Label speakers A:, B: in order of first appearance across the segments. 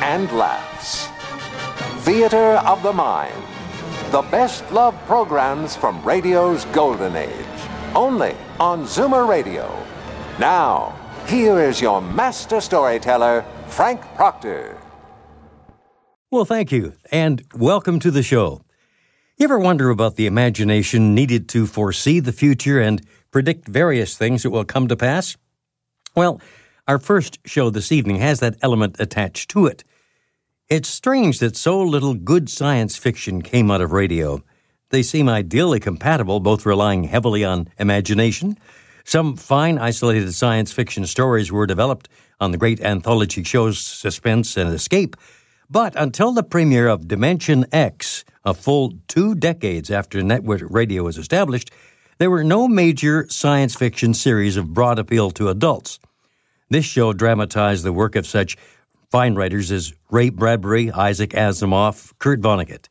A: and laughs. Theater of the Mind. The best love programs from radio's golden age. Only on Zoomer Radio. Now, here is your master storyteller, Frank Proctor.
B: Well, thank you, and welcome to the show. You ever wonder about the imagination needed to foresee the future and predict various things that will come to pass? Well, our first show this evening has that element attached to it. It's strange that so little good science fiction came out of radio. They seem ideally compatible, both relying heavily on imagination. Some fine isolated science fiction stories were developed on the great anthology shows Suspense and Escape, but until the premiere of Dimension X, a full two decades after network radio was established, there were no major science fiction series of broad appeal to adults. This show dramatized the work of such fine writers as Ray Bradbury, Isaac Asimov, Kurt Vonnegut,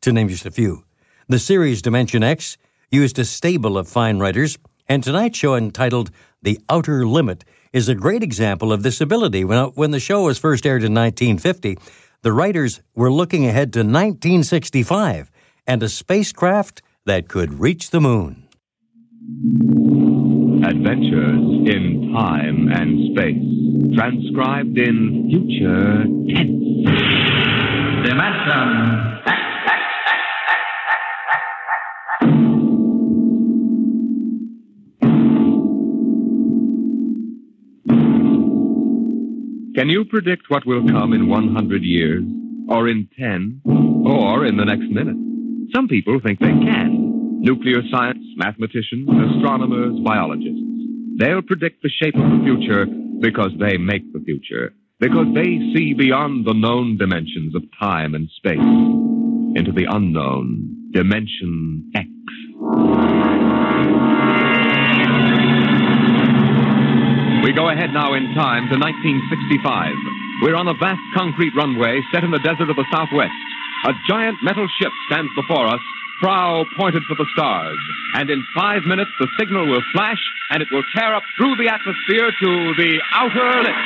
B: to name just a few. The series Dimension X used a stable of fine writers, and tonight's show, entitled The Outer Limit, is a great example of this ability. When, uh, when the show was first aired in 1950, the writers were looking ahead to 1965 and a spacecraft that could reach the moon.
C: Adventures in time and space, transcribed in future tense. Dimension Can you predict what will come in 100 years, or in 10, or in the next minute? Some people think they can. Nuclear science, mathematicians, astronomers, biologists. They'll predict the shape of the future because they make the future, because they see beyond the known dimensions of time and space into the unknown dimension X. We go ahead now in time to 1965. We're on a vast concrete runway set in the desert of the southwest. A giant metal ship stands before us, prow pointed for the stars. And in five minutes, the signal will flash and it will tear up through the atmosphere to the outer limit.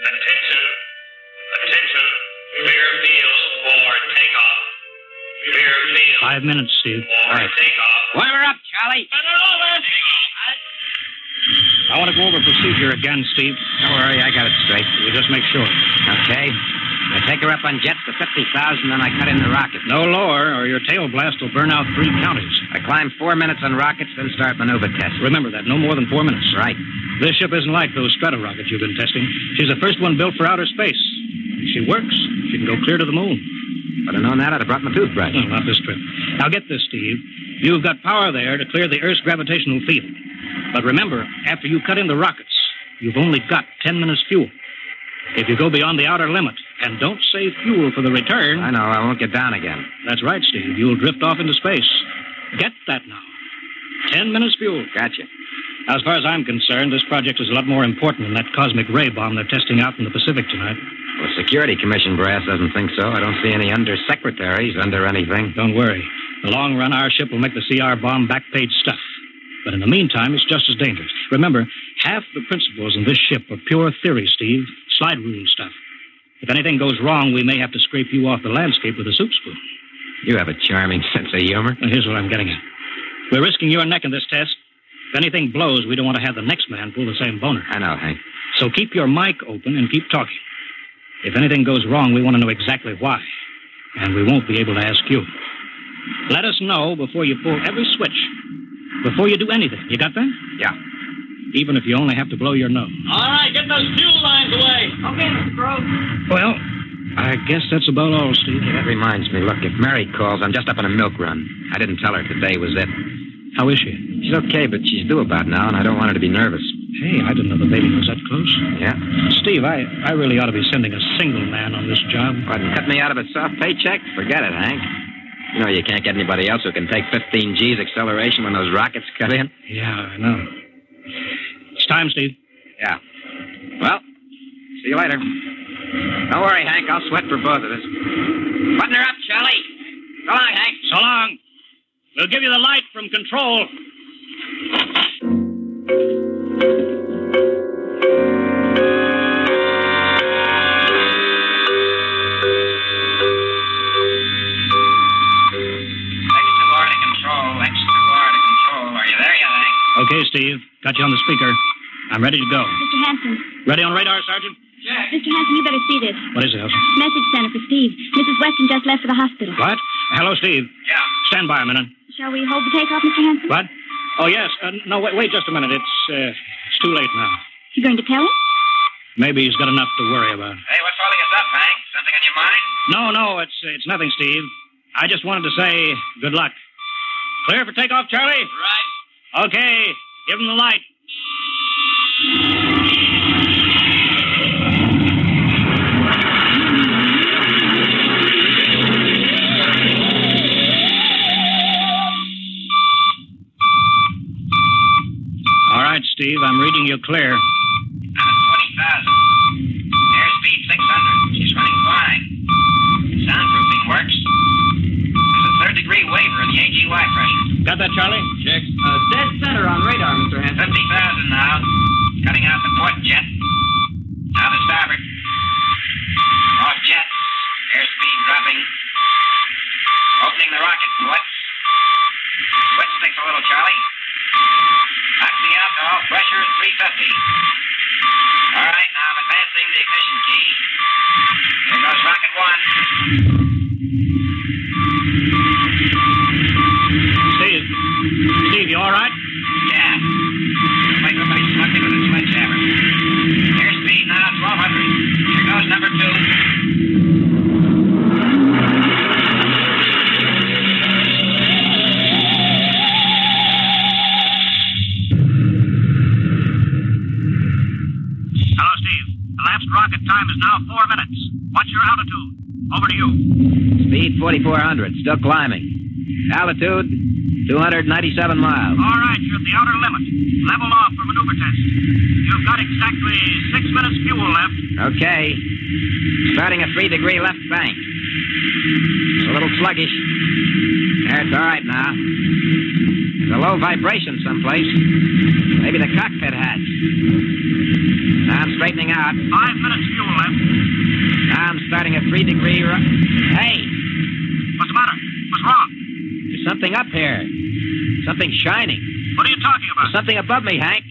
D: Attention. Attention. Clear field for takeoff. Clear field
E: Five minutes, Steve.
D: for takeoff.
E: Wire up,
D: And
E: Charlie.
D: it over.
E: I want to go over procedure again, Steve.
F: Don't worry, I got it straight.
E: We'll just make sure.
F: Okay. I take her up on jets to 50,000, then I cut in the rocket.
E: No lower, or your tail blast will burn out three counties.
F: I climb four minutes on rockets, then start maneuver test.
E: Remember that, no more than four minutes.
F: Right.
E: This ship isn't like those strata rockets you've been testing. She's the first one built for outer space. If she works, she can go clear to the moon.
F: But I known that, I'd have brought my toothbrush.
E: Well, not this trip. Now get this, Steve. You've got power there to clear the Earth's gravitational field. But remember, after you cut in the rockets, you've only got ten minutes fuel. If you go beyond the outer limit and don't save fuel for the return.
F: I know, I won't get down again.
E: That's right, Steve. You'll drift off into space. Get that now. Ten minutes fuel.
F: Gotcha.
E: Now, As far as I'm concerned, this project is a lot more important than that cosmic ray bomb they're testing out in the Pacific tonight.
F: Well, Security Commission brass doesn't think so. I don't see any undersecretaries under anything.
E: Don't worry. In the long run, our ship will make the CR bomb back page stuff. But in the meantime, it's just as dangerous. Remember, half the principles in this ship are pure theory, Steve. Slide rule stuff. If anything goes wrong, we may have to scrape you off the landscape with a soup spoon.
F: You have a charming sense of humor.
E: Now, here's what I'm getting at. We're risking your neck in this test. If anything blows, we don't want to have the next man pull the same boner.
F: I know, Hank.
E: So keep your mic open and keep talking. If anything goes wrong, we want to know exactly why. And we won't be able to ask you. Let us know before you pull every switch. Before you do anything. You got that?
F: Yeah.
E: Even if you only have to blow your nose.
D: All right, get those fuel lines away.
E: Well, I guess that's about all, Steve.
F: That reminds me, look, if Mary calls, I'm just up on a milk run. I didn't tell her today was it.
E: How is she?
F: She's okay, but she's due about now, and I don't want her to be nervous.
E: Hey, I didn't know the baby was that close.
F: Yeah?
E: Steve, I, I really ought to be sending a single man on this job.
F: What, and cut me out of a soft paycheck? Forget it, Hank. You know you can't get anybody else who can take 15 G's acceleration when those rockets cut in.
E: Yeah, I know. It's time, Steve.
F: Yeah. Well, see you later. Don't worry, Hank. I'll sweat for both of us. Button her up, Charlie. Go on, Hank.
E: So long. We'll give you the light from control.
D: X2R to control, X2R to control. Are you there yet, Hank?
E: Okay, Steve. Got you on the speaker. I'm ready to go.
G: Mr. Hanson,
E: Ready on radar, Sergeant?
G: Mr. Hanson, you better see this.
E: What is it, Elsa?
G: Message center for Steve. Mrs. Weston just left for the hospital.
E: What? Hello, Steve.
D: Yeah.
E: Stand by a minute.
G: Shall we hold the takeoff, Mr. Hanson?
E: What? Oh, yes. Uh, no, wait, wait just a minute. It's, uh, it's too late now.
G: You going to tell him?
E: Maybe he's got enough to worry about.
D: Hey, what's holding us up, Hank? Something on your mind?
E: No, no, it's, it's nothing, Steve. I just wanted to say good luck. Clear for takeoff, Charlie?
D: Right.
E: Okay. Give him the light. All right, Steve, I'm reading you clear.
D: 20,000. Airspeed 600. She's running fine. Soundproofing works. There's a third degree waiver in the AGY pressure.
E: Got that, Charlie?
D: Check. Uh, dead center on radar, Mr. Hanson. 50,000 now. Cutting out the port jet. Now the starboard. Off jet. Airspeed dropping. Opening the rocket port. Switch sticks a little, Charlie. Knock the alcohol pressure is 350. All right, now I'm advancing the ignition key. There goes rocket one.
E: Steve. Steve, you all right?
D: Yeah. Looks like somebody snuck me with a sledgehammer. Airspeed now 1200. Here goes number two.
E: Hello, Steve. Elapsed rocket time is now four minutes. What's your altitude? Over to you.
F: Speed 4,400. Still climbing. Altitude 297 miles.
E: Uh, All right, you're at the outer limit. Level off for maneuver test. You've got exactly six minutes fuel left.
F: Okay. Starting a three degree left bank. It's a little sluggish. There, it's all right now. There's a low vibration someplace. Maybe the cockpit hatch. Now I'm straightening out.
E: Five minutes fuel left.
F: Now I'm starting a three degree. Ro- hey,
E: What's the matter? What's wrong?
F: there's something up here. Something shining.
E: What are you talking
F: There's
E: about?
F: something above me, Hank.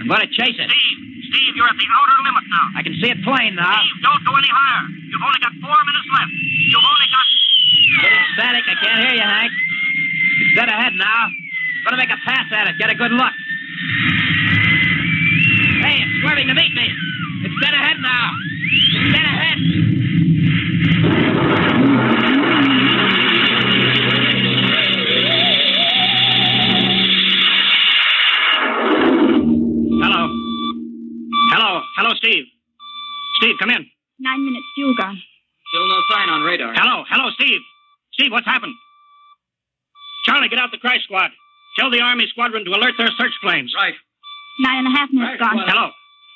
F: I'm going to chase it.
E: Steve, Steve, you're at the outer limit now.
F: I can see it plain now.
E: Steve, don't go any higher. You've only got four minutes left. You've only got.
F: Getting static. I can't hear you, Hank. It's dead ahead now. Gonna make a pass at it. Get a good look. Hey, it's swerving to meet me. It's dead ahead now. It's dead ahead.
E: Hello. Hello. Hello, Steve. Steve, come in.
G: Nine minutes fuel gone.
F: Still no sign on radar.
E: Hello, hello, Steve. Steve, what's happened? Charlie, get out the crash squad. Tell the Army squadron to alert their search planes. Right.
G: Nine and a half minutes gone.
E: Hello.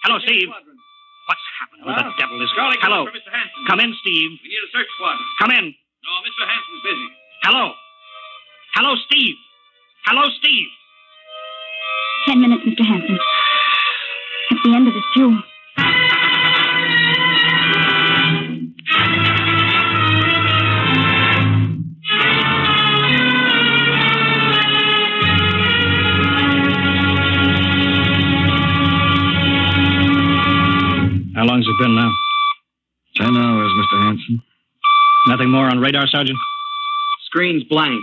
E: Hello, Steve. What's happened? Who the devil is
D: Calling
E: Hello.
D: for Mr. Hanson.
E: Come in, Steve.
D: We need a search squadron.
E: Come in.
D: No, Mr. Hanson's busy.
E: Hello. Hello, Steve. Hello, Steve.
G: Ten minutes, Mr. Hanson. At the end of the fuel.
E: How long's it been now?
F: Ten hours, Mr. Hanson.
E: Nothing more on radar, Sergeant?
F: Screen's blank.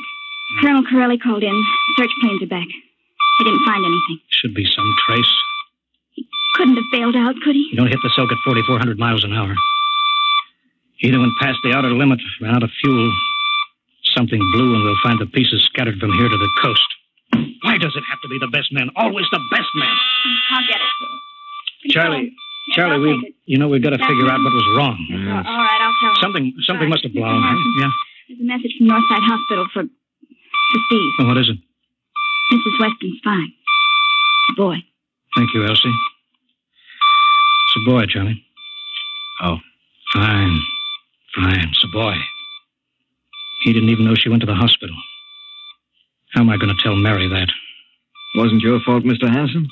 G: Colonel Corelli called in. Search planes are back. They didn't find anything.
E: Should be some trace.
G: Couldn't have bailed out, could he?
E: You don't hit the silk at 4,400 miles an hour. Either went past the outer limit, ran out of fuel. Something blew, and we'll find the pieces scattered from here to the coast. Why does it have to be the best man? Always the best man.
H: I'll get it, Phil. Pretty
E: Charlie,
H: soon.
E: Charlie,
H: I'll
E: we
H: take it.
E: you know we've got to figure out what was wrong.
H: All all right, I'll tell him.
E: Something something must have blown. Huh? Yeah.
G: There's a message from Northside Hospital for, for Steve.
E: Well, what is it?
G: Mrs. Weston's fine. The boy.
E: Thank you, Elsie. It's a boy, Charlie. Oh. Fine. Fine. It's a boy. He didn't even know she went to the hospital. How am I going to tell Mary that?
I: Wasn't your fault, Mr. Hanson?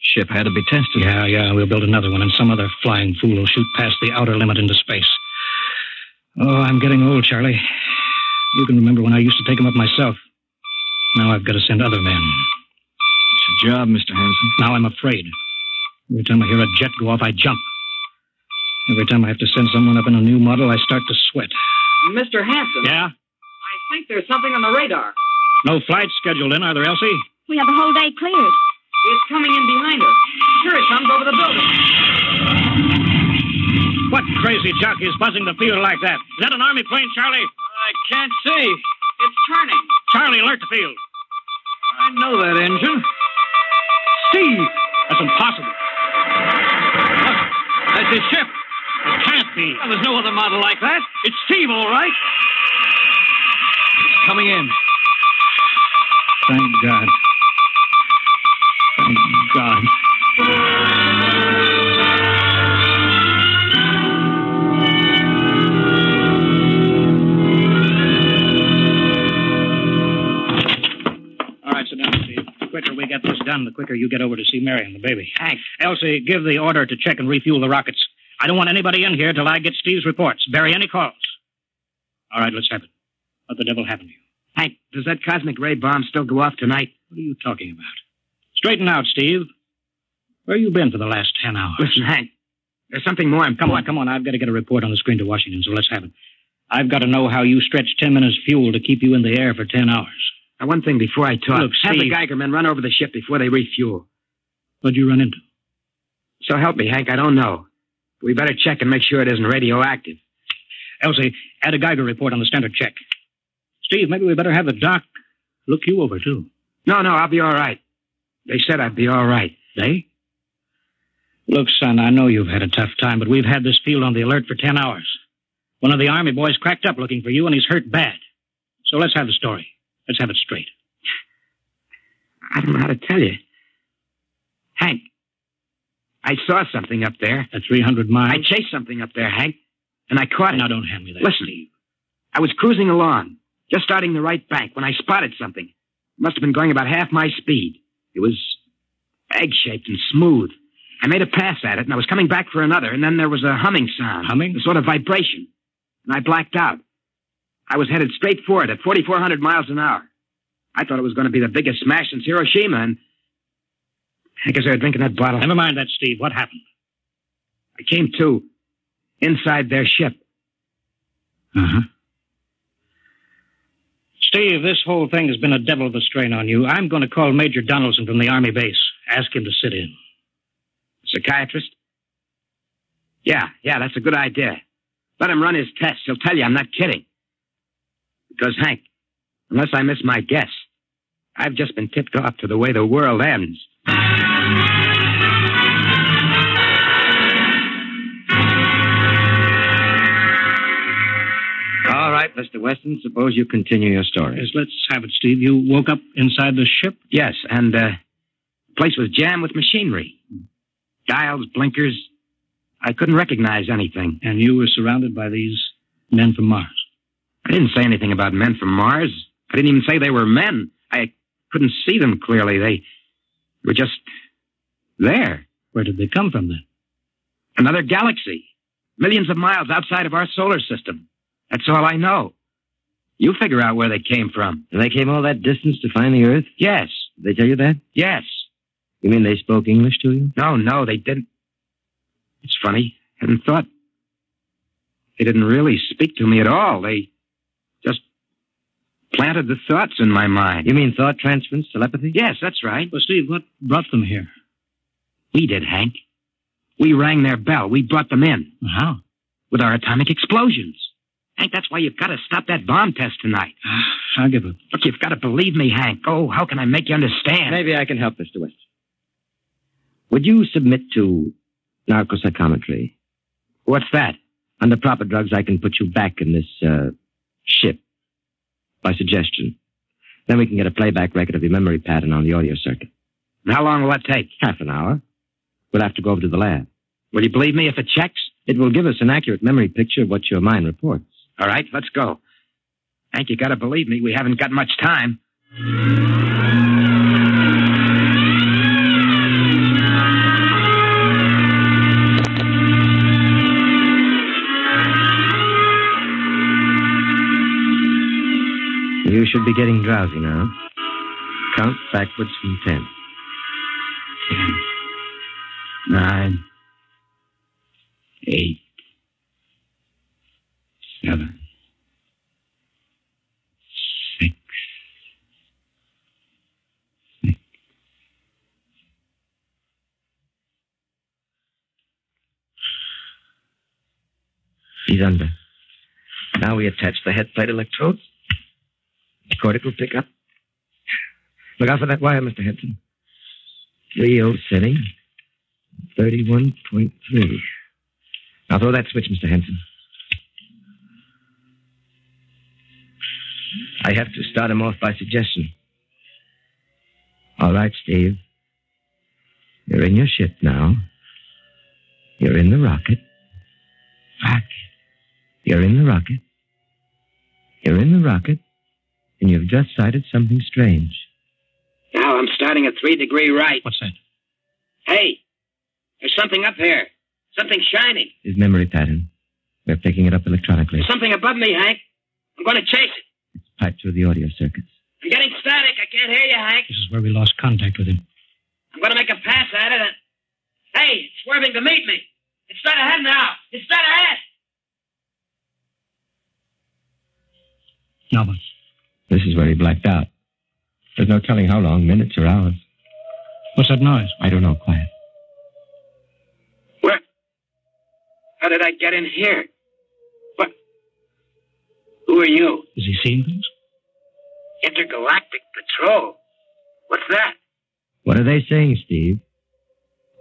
I: Ship had to be tested.
E: Yeah, yeah, we'll build another one, and some other flying fool will shoot past the outer limit into space. Oh, I'm getting old, Charlie. You can remember when I used to take 'em up myself. Now I've got to send other men.
I: It's a job, Mr. Hanson.
E: Now I'm afraid. Every time I hear a jet go off, I jump. Every time I have to send someone up in a new model, I start to sweat.
J: Mr. Hanson,
E: Yeah?
J: I think there's something on the radar.
E: No flights scheduled in, are there, Elsie?
G: We have the whole day cleared.
J: It's coming in behind us. Here it comes over the building.
E: What crazy jockey is buzzing the field like that? Is that an army plane, Charlie?
I: I can't see.
J: It's turning.
E: Charlie, alert the field.
I: I know that engine. Steve,
E: That's impossible.
I: that's his ship.
E: It can't be.
I: Well, there's no other model like that. It's Steve, all right. It's coming in.
E: Thank God. Thank God. All right, sit down, Steve. The quicker we get this done, the quicker you get over to see Mary and the baby.
F: Thanks.
E: Elsie, give the order to check and refuel the rockets. I don't want anybody in here till I get Steve's reports. Bury any calls. All right, let's have it. What the devil happened to you?
F: Hank, does that cosmic ray bomb still go off tonight?
E: What are you talking about? Straighten out, Steve. Where you been for the last ten hours?
F: Listen, Hank, there's something more
E: come on,
F: important.
E: come on. I've got to get a report on the screen to Washington, so let's have it. I've got to know how you stretched ten minutes fuel to keep you in the air for ten hours.
F: Now, one thing before I talk.
E: Look,
F: Have the
E: Steve-
F: Geiger men run over the ship before they refuel.
E: What'd you run into?
F: So help me, Hank, I don't know. We better check and make sure it isn't radioactive.
E: Elsie, add a Geiger report on the standard check. Steve, maybe we better have the doc look you over, too.
F: No, no, I'll be all right. They said I'd be all right.
E: They? Look, son, I know you've had a tough time, but we've had this field on the alert for ten hours. One of the Army boys cracked up looking for you, and he's hurt bad. So let's have the story. Let's have it straight.
F: I don't know how to tell you. Hank, I saw something up there.
E: At 300
F: I
E: miles?
F: chased something up there, Hank, and I caught it.
E: Now, don't hand me that.
F: Listen.
E: Steve.
F: I was cruising along, just starting the right bank, when I spotted something. It must have been going about half my speed. It was egg shaped and smooth. I made a pass at it, and I was coming back for another, and then there was a humming sound.
E: Humming?
F: A sort of vibration. And I blacked out. I was headed straight for it at 4,400 miles an hour. I thought it was going to be the biggest smash since Hiroshima, and I guess I was drinking that bottle.
E: Never mind that, Steve. What happened?
F: I came to inside their ship.
E: Uh huh. Steve, this whole thing has been a devil of a strain on you. I'm going to call Major Donaldson from the Army base. Ask him to sit in.
F: Psychiatrist? Yeah, yeah, that's a good idea. Let him run his tests. He'll tell you I'm not kidding. Because, Hank, unless I miss my guess, I've just been tipped off to the way the world ends.
I: All right, Mr. Weston, suppose you continue your story.
E: Yes, let's have it, Steve. You woke up inside the ship?
F: Yes, and uh, the place was jammed with machinery dials, blinkers. I couldn't recognize anything.
E: and you were surrounded by these men from Mars.
F: I didn't say anything about men from Mars. I didn't even say they were men. I couldn't see them clearly. They were just there.
E: Where did they come from then?
F: Another galaxy. Millions of miles outside of our solar system. That's all I know. You figure out where they came from.
I: And they came all that distance to find the Earth?
F: Yes,
I: Did they tell you that?
F: yes.
I: You mean they spoke English to you?
F: No, no, they didn't. It's funny. Hadn't thought. They didn't really speak to me at all. They just planted the thoughts in my mind.
I: You mean thought transference, telepathy?
F: Yes, that's right.
E: Well, Steve, what brought them here?
F: We did, Hank. We rang their bell. We brought them in
E: How?
F: with our atomic explosions. Hank, that's why you've got to stop that bomb test tonight.
E: I'll give up.
F: Look, you've got to believe me, Hank. Oh, how can I make you understand?
K: Maybe I can help, Mr. West. Would you submit to narcopsychometry?
F: What's that?
K: Under proper drugs, I can put you back in this uh, ship by suggestion. Then we can get a playback record of your memory pattern on the audio circuit.
F: How long will that take?
K: Half an hour. We'll have to go over to the lab.
F: Will you believe me if it checks?
K: It will give us an accurate memory picture of what your mind reports.
F: All right, let's go. Hank, you gotta believe me, we haven't got much time.
K: You should be getting drowsy now. Count backwards from ten.
F: Ten. Nine. Eight. Seven. Six. Six.
K: He's under. Now we attach the head plate electrodes. Cortical pickup. Look out for that wire, Mr. Henson. Real setting. 31.3. Now throw that switch, Mr. Henson. I have to start him off by suggestion. All right, Steve. You're in your ship now. You're in the rocket. Back. You're in the rocket. You're in the rocket. And you've just sighted something strange.
F: Now I'm starting at three degree right.
E: What's that?
F: Hey, there's something up there. Something shining.
K: His memory pattern. We're picking it up electronically.
F: There's something above me, Hank. I'm going to chase it.
K: It's piped through the audio circuits.
F: I'm getting static. I can't hear you, Hank.
E: This is where we lost contact with him.
F: I'm going to make a pass at it. And... Hey, it's swerving to meet me. It's not ahead now. It's not ahead.
E: Now what?
K: This is where he blacked out. There's no telling how long, minutes or hours.
E: What's that noise?
K: I don't know. Quiet.
F: Where? How did I get in here? What? Who are you?
E: Is he seeing things?
F: Intergalactic Patrol. What's that?
K: What are they saying, Steve?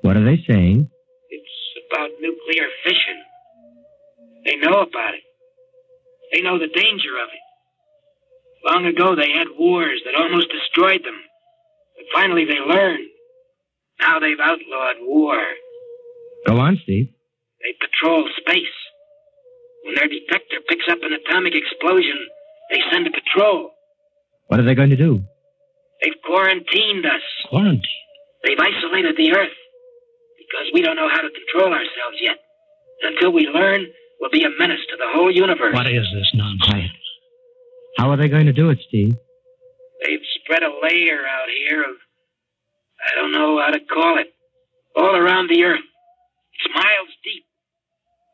K: What are they saying?
F: It's about nuclear fission. They know about it. They know the danger of it. Long ago, they had wars that almost destroyed them. But finally, they learned. Now they've outlawed war.
K: Go on, Steve.
F: They patrol space. When their detector picks up an atomic explosion, they send a patrol.
K: What are they going to do?
F: They've quarantined us.
E: Quarantined?
F: They've isolated the Earth. Because we don't know how to control ourselves yet. And until we learn, we'll be a menace to the whole universe.
E: What is this nonsense?
K: How are they going to do it, Steve?
F: They've spread a layer out here of. I don't know how to call it. All around the Earth. It's miles deep.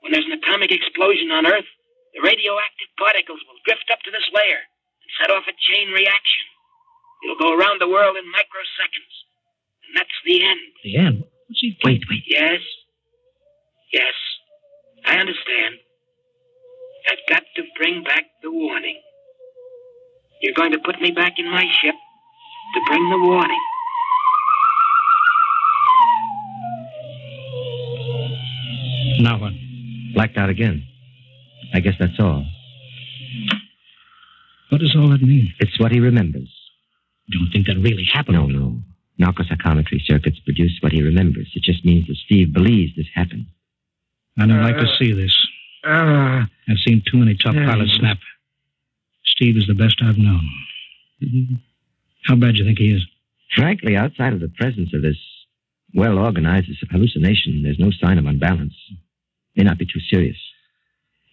F: When there's an atomic explosion on Earth, the radioactive particles will drift up to this layer and set off a chain reaction. It'll go around the world in microseconds. And that's the end.
E: The end? What's he... Wait, wait.
F: Yes. Yes. I understand. I've got to bring back the warning. You're going to put me back in my ship to bring the warning.
E: Now what?
K: Blacked out again. I guess that's all.
E: What does all that mean?
K: It's what he remembers.
E: Don't think that really happened.
K: No, no. Narcopsychometry circuits produce what he remembers. It just means that Steve believes this happened.
E: I don't uh, like to see this.
F: Uh,
E: I've seen too many top uh, pilots snap. Steve is the best I've known. Mm-hmm. How bad do you think he is?
K: Frankly, outside of the presence of this well organized hallucination, there's no sign of unbalance. May not be too serious.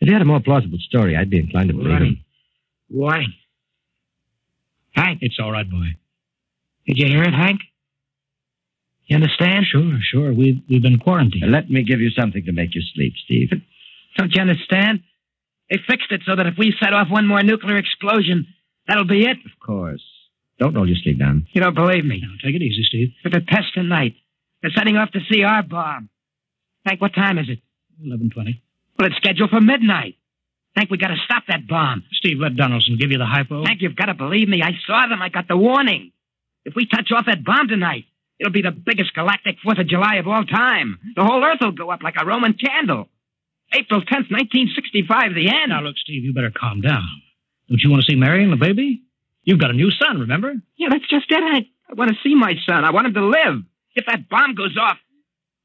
K: If he had a more plausible story, I'd be inclined to believe
F: Why?
K: him.
F: Why? Hank.
E: It's all right, boy.
F: Did you hear it, Hank? You understand?
E: Sure, sure. We've, we've been quarantined.
K: Now let me give you something to make you sleep, Steve. But
F: don't you understand? They fixed it so that if we set off one more nuclear explosion, that'll be it.
K: Of course. Don't roll your sleeve down.
F: You don't believe me.
E: Now, take it easy, Steve.
F: But the test tonight. They're setting off the CR bomb. Hank, what time is it?
E: 11.20.
F: Well, it's scheduled for midnight. Think we gotta stop that bomb.
I: Steve, let Donaldson give you the hypo.
F: Hank, you've gotta believe me. I saw them. I got the warning. If we touch off that bomb tonight, it'll be the biggest galactic Fourth of July of all time. The whole Earth will go up like a Roman candle. April 10th, 1965, the end.
I: Now, look, Steve, you better calm down. Don't you want to see Mary and the baby? You've got a new son, remember?
F: Yeah, that's just it. I, I want to see my son. I want him to live. If that bomb goes off,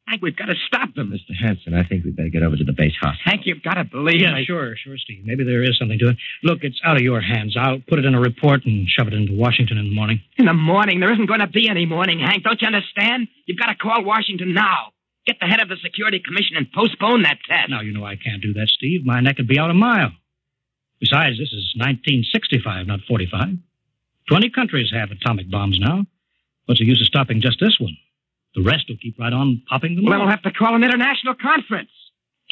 F: Hank, we've got to stop them.
K: Mr. Hanson, I think we'd better get over to the base hospital.
F: Hank, you've got to believe
I: Yeah,
F: me.
I: sure, sure, Steve. Maybe there is something to it. Look, it's out of your hands. I'll put it in a report and shove it into Washington in the morning.
F: In the morning? There isn't going to be any morning, Hank. Don't you understand? You've got to call Washington now. Get the head of the Security Commission and postpone that test.
I: Now, you know I can't do that, Steve. My neck would be out a mile. Besides, this is 1965, not 45. Twenty countries have atomic bombs now. What's the use of stopping just this one? The rest will keep right on popping them.
F: Well, then
I: off.
F: we'll have to call an international conference.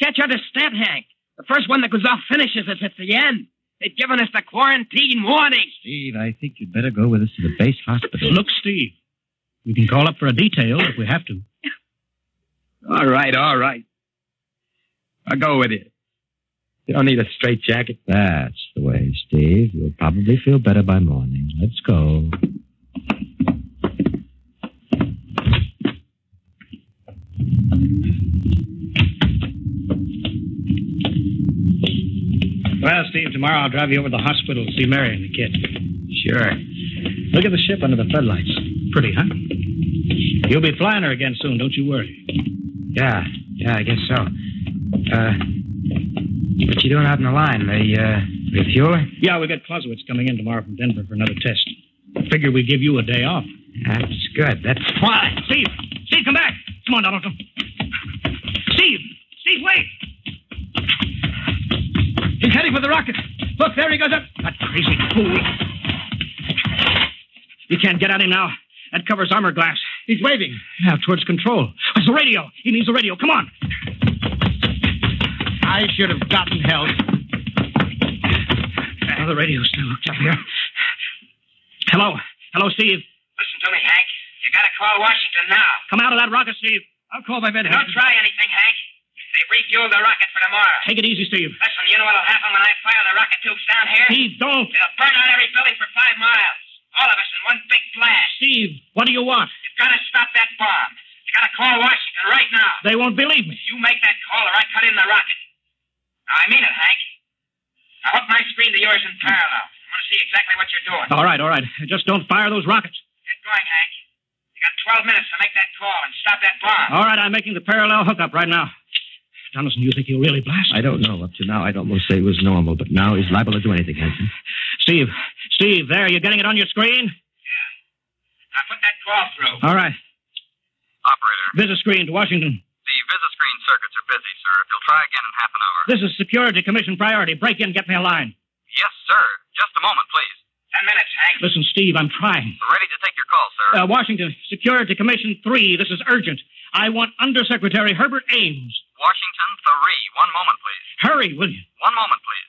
F: Can't you understand, Hank? The first one that goes off finishes us at the end. They've given us the quarantine warning.
K: Steve, I think you'd better go with us to the base hospital.
I: Look, Steve, we can call up for a detail if we have to.
K: All right, all right. I'll go with you. You don't need a straight jacket. That's the way, Steve. You'll probably feel better by morning. Let's go.
I: Well, Steve, tomorrow I'll drive you over to the hospital to see Mary and the kid.
K: Sure.
I: Look at the ship under the floodlights. Pretty, huh? You'll be flying her again soon, don't you worry.
K: Yeah, yeah, I guess so. Uh, what you doing out in the line? The, uh, refueler?
I: Yeah, we got Clausewitz coming in tomorrow from Denver for another test. Figure we give you a day off.
K: That's good. That's
I: Why? Steve! Steve, come back! Come on, Donaldson. Steve! Steve, wait!
L: He's heading for the rocket. Look, there he goes up.
I: That crazy fool. You can't get at him now. That covers armor glass.
L: He's waving.
I: Now towards control. It's the radio. He means the radio. Come on.
L: I should have gotten help.
I: Oh, the radio still hooked up here. Hello. Hello, Steve.
D: Listen to me, Hank. You got to call Washington now.
I: Come out of that rocket, Steve. I'll call my bed.
D: Don't try anything, Hank. They refueled the rocket for tomorrow.
I: Take it easy, Steve.
D: Listen, you know what'll happen when I fire the rocket tubes down here?
I: Steve, don't.
D: It'll burn out every building for five miles. All of us in one big blast.
I: Steve, what do you want?
D: You've got to stop that bomb. You got to call Washington right now.
I: They won't believe me.
D: You make that call or I cut in the rocket. Now, I mean it, Hank. I hook my screen to yours in parallel. I want to see exactly what you're doing.
I: All right, all right. Just don't fire those rockets.
D: Get going, Hank. You got 12 minutes to make that call and stop that bomb.
I: All right, I'm making the parallel hookup right now. Donaldson, you think he'll really blast?
K: I don't know. Up to now, I'd almost say it was normal, but now he's liable to do anything, Hanson.
I: Steve, Steve, there, you getting it on your screen?
D: Now put that call through.
I: All right.
M: Operator,
I: Visit screen to Washington.
M: the visiscreen circuits are busy, sir. They'll try again in half an hour.
I: This is Security Commission priority. Break in, get me a line.
M: Yes, sir. Just a moment, please.
D: Ten minutes, Hank.
I: Listen, Steve, I'm trying.
M: Ready to take your call, sir.
I: Uh, Washington, Security Commission 3, this is urgent. I want Undersecretary Herbert Ames.
M: Washington 3. One moment, please.
I: Hurry, will you?
M: One moment, please.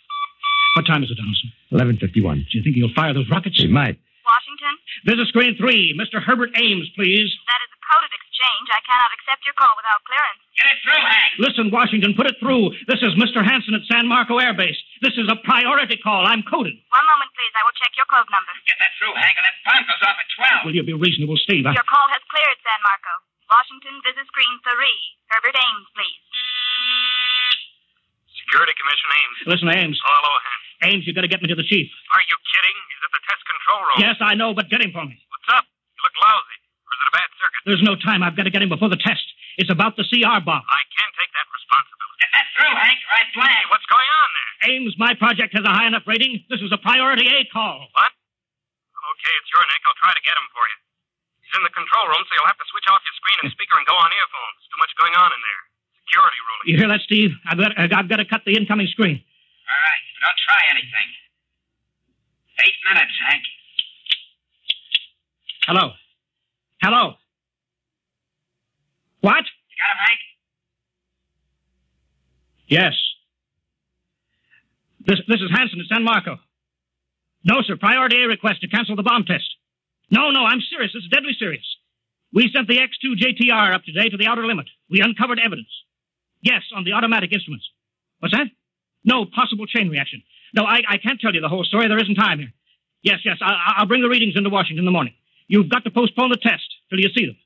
I: What time is it, Donaldson?
K: 1151.
I: Do you think he'll fire those rockets?
K: He might.
E: Washington,
I: Visit screen 3. Mr. Herbert Ames, please.
E: that is a coded exchange. I cannot accept your call without clearance.
D: Get it through, Hank.
I: Listen, Washington, put it through. This is Mr. Hanson at San Marco Air Base. This is a priority call. I'm coded.
E: One moment, please. I will check your code number.
D: Get that through, Hank, or that bomb goes off at 12.
I: Will you be reasonable, Steve? I-
E: Your call has cleared, San Marco. Washington, visit screen 3. Herbert Ames, please.
M: Security Commission Ames.
I: Listen, Ames.
M: Hello, Hank.
I: Ames, you got to get me to the chief.
M: Are you kidding? He's at the test control room.
I: Yes, I know, but get him for me.
M: What's up? You look lousy. Or is it a bad circuit?
I: There's no time. I've got to get him before the test. It's about the CR bomb.
M: I can take that responsibility.
D: Get that through, Hank, or I blast.
M: Hey, what's going on there?
I: Ames, my project has a high enough rating. This is a priority A call.
M: What? Okay, it's your neck. I'll try to get him for you. He's in the control room, so you'll have to switch off your screen and speaker and go on earphones. Too much going on in there. Security ruling.
I: You hear that, Steve? I've got, I've got to cut the incoming screen.
D: All right, but don't try anything. Eight minutes, Hank.
I: Hello. Hello. What?
D: You got him, Hank?
I: Yes. This, this is Hanson at San Marco. No, sir. Priority A request to cancel the bomb test. No, no, I'm serious. This is deadly serious. We sent the X2 JTR up today to the outer limit. We uncovered evidence. Yes, on the automatic instruments. What's that?
E: No possible chain reaction. No, I, I can't tell you the whole story. There isn't time here. Yes, yes, I, I'll bring the readings into Washington in the morning. You've got to postpone the test till you see them.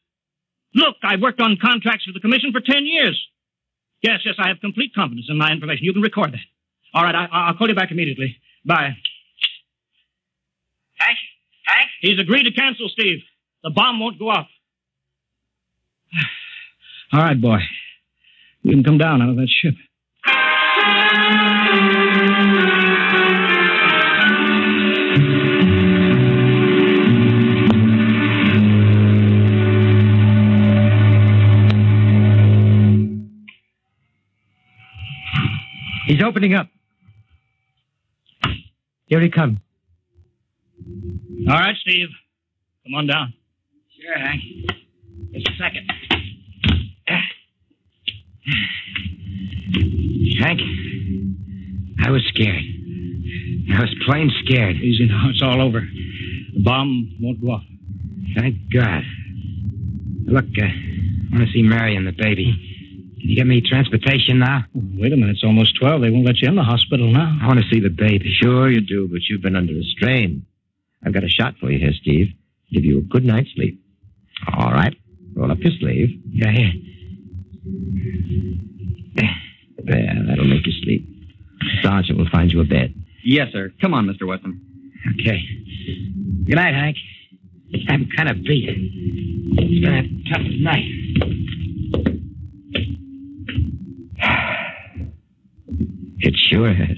E: Look, I've worked on contracts for the commission for ten years. Yes, yes, I have complete confidence in my information. You can record that. All right, I, I'll call you back immediately. Bye.
D: Hank? Hank?
E: He's agreed to cancel, Steve. The bomb won't go off. All right, boy. You can come down out of that ship.
K: He's opening up. Here he comes.
E: All right, Steve. Come on down.
N: Sure, Hank. Just a second.
F: Hank, I was scared. I was plain scared.
E: Easy now. It's all over. The bomb won't go off.
F: Thank God. Look, uh, I want to see Mary and the baby. Can you get me transportation now?
E: Wait a minute. It's almost 12. They won't let you in the hospital now.
F: I want to see the baby.
K: Sure you do, but you've been under a strain. I've got a shot for you here, Steve. Give you a good night's sleep. All right. Roll up your sleeve.
F: Yeah, here.
K: There, that'll make you sleep. Sergeant will find you a bed.
O: Yes, sir. Come on, Mr. Weston.
F: Okay. Good night, Hank. I'm kind of beat. It's been a tough night.
K: It sure has.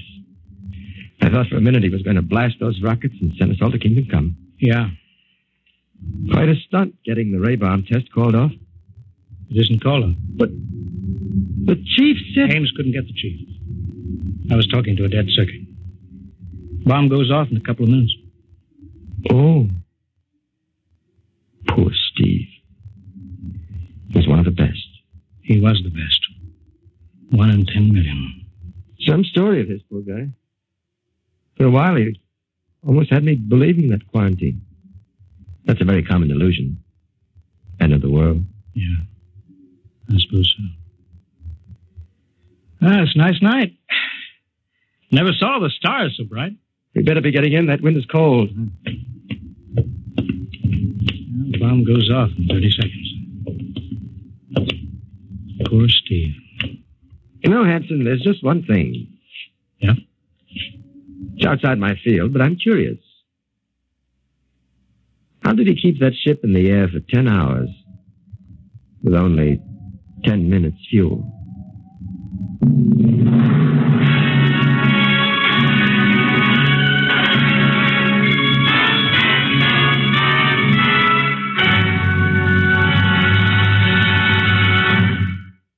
K: I thought for a minute he was going to blast those rockets and send us all to Kingdom Come.
E: Yeah.
K: Quite a stunt getting the ray bomb test called off.
E: It isn't called off.
K: But the chief said.
E: Ames couldn't get the chief. I was talking to a dead circuit. Bomb goes off in a couple of minutes.
K: Oh. Poor Steve. He's one of the best.
E: He was the best. One in ten million.
K: Some story of his poor guy. For a while, he almost had me believing that quarantine. That's a very common illusion. End of the world.
E: Yeah. I suppose so. Ah, it's a nice night. Never saw the stars so bright.
K: We better be getting in. That wind is cold. Mm.
E: Well, the bomb goes off in 30 seconds. Poor Steve.
K: You know, Hanson, there's just one thing.
E: Yeah?
K: It's outside my field, but I'm curious. How did he keep that ship in the air for 10 hours with only 10 minutes fuel?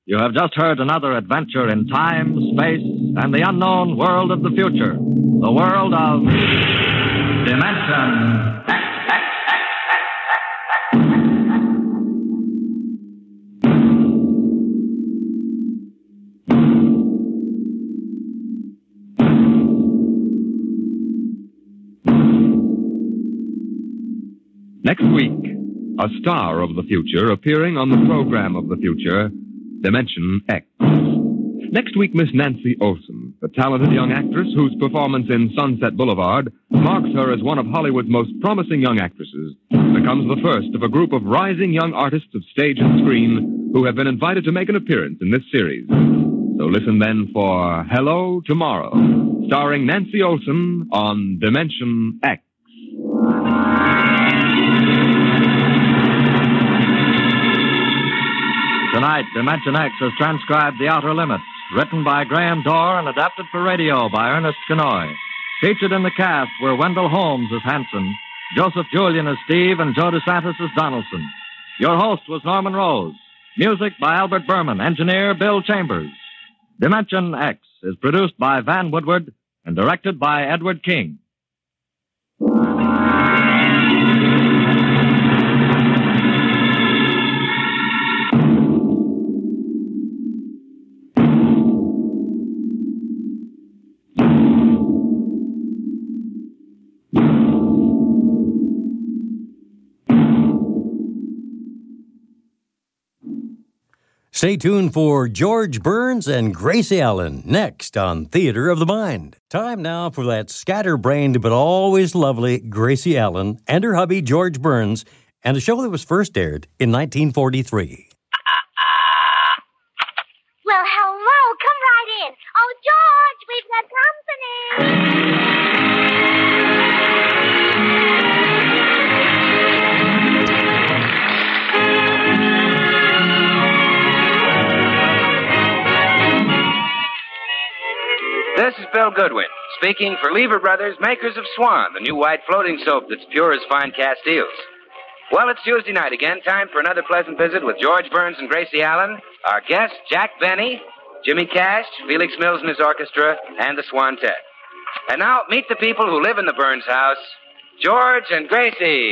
P: You have just heard another adventure in time, space, and the unknown world of the future. The world of. Dimension
C: Next week, a star of the future appearing on the program of the future, Dimension X. Next week, Miss Nancy Olson, the talented young actress whose performance in Sunset Boulevard marks her as one of Hollywood's most promising young actresses, becomes the first of a group of rising young artists of stage and screen who have been invited to make an appearance in this series. So listen then for Hello Tomorrow, starring Nancy Olson on Dimension X.
P: Tonight, Dimension X has transcribed The Outer Limits, written by Graham Dorr and adapted for radio by Ernest Canoy. Featured in the cast were Wendell Holmes as Hanson, Joseph Julian as Steve, and Joe DeSantis as Donaldson. Your host was Norman Rose. Music by Albert Berman, engineer Bill Chambers. Dimension X is produced by Van Woodward and directed by Edward King.
B: Stay tuned for George Burns and Gracie Allen next on Theater of the Mind. Time now for that scatterbrained but always lovely Gracie Allen and her hubby George Burns and a show that was first aired in 1943.
Q: Well, hello. Come right in. Oh, George, we've got company.
R: This is Bill Goodwin, speaking for Lever Brothers, makers of Swan, the new white floating soap that's pure as fine castiles. Well, it's Tuesday night again, time for another pleasant visit with George Burns and Gracie Allen, our guests, Jack Benny, Jimmy Cash, Felix Mills and his orchestra, and the Swantet. And now, meet the people who live in the Burns house George and Gracie.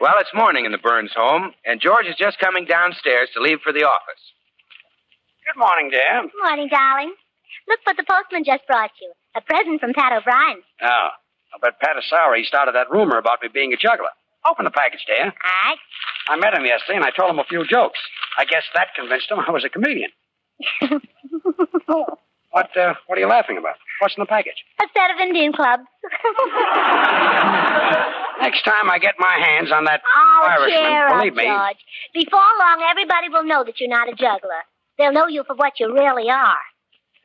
R: Well, it's morning in the Burns home, and George is just coming downstairs to leave for the office.
S: Good morning, dear.
Q: Morning, darling. Look what the postman just brought you. A present from Pat O'Brien.
S: Oh, I bet Pat is sorry he started that rumor about me being a juggler. Open the package, dear.
Q: All right.
S: I met him yesterday and I told him a few jokes. I guess that convinced him I was a comedian. what, uh, what are you laughing about? What's in the package?
Q: A set of Indian clubs.
S: Next time I get my hands on that
Q: oh,
S: Irishman,
Q: cheer
S: believe
Q: up,
S: me.
Q: George. Before long, everybody will know that you're not a juggler. They'll know you for what you really are.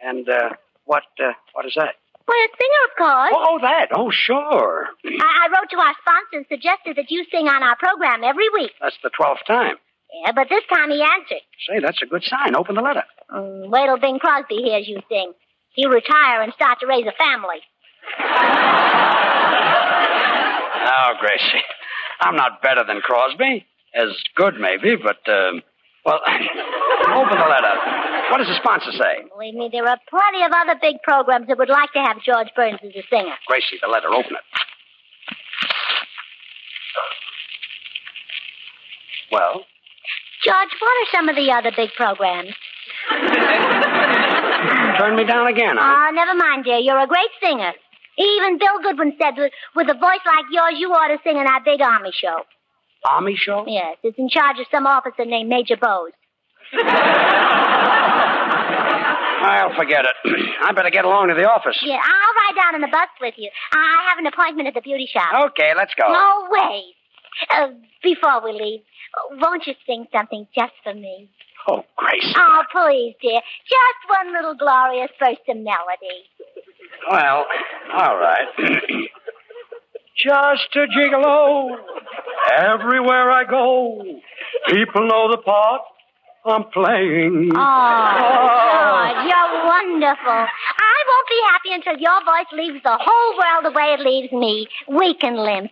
S: And uh, what, uh, what is that?
Q: Well, a singer, of course.
S: Oh, oh, that. Oh, sure.
Q: I, I wrote to our sponsor and suggested that you sing on our program every week.
S: That's the twelfth time.
Q: Yeah, but this time he answered.
S: Say, that's a good sign. Open the letter.
Q: Mm, wait till Bing Crosby hears you sing. He'll retire and start to raise a family.
S: Oh, Gracie, I'm not better than Crosby. As good, maybe, but um, well, open the letter. What does the sponsor say?
Q: Believe me, there are plenty of other big programs that would like to have George Burns as a singer.
S: Gracie, the letter. Open it. Well,
Q: George, what are some of the other big programs?
S: turn me down again. huh?
Q: Ah, never mind, dear. You're a great singer. Even Bill Goodwin said, with, with a voice like yours, you ought to sing in our big army show.
S: Army show?
Q: Yes, it's in charge of some officer named Major Bowes.
S: I'll Oh, forget it. I better get along to the office.
Q: Yeah, I'll ride down in the bus with you. I I have an appointment at the beauty shop.
S: Okay, let's go.
Q: No way. Uh, before we leave, won't you sing something just for me?
S: Oh, Gracie.
Q: Oh, please, dear. Just one little glorious burst of melody.
S: Well, all right. Just a gigolo. Everywhere I go, people know the part I'm playing.
Q: Oh, George, you're wonderful. I won't be happy until your voice leaves the whole world the way it leaves me, weak and limp.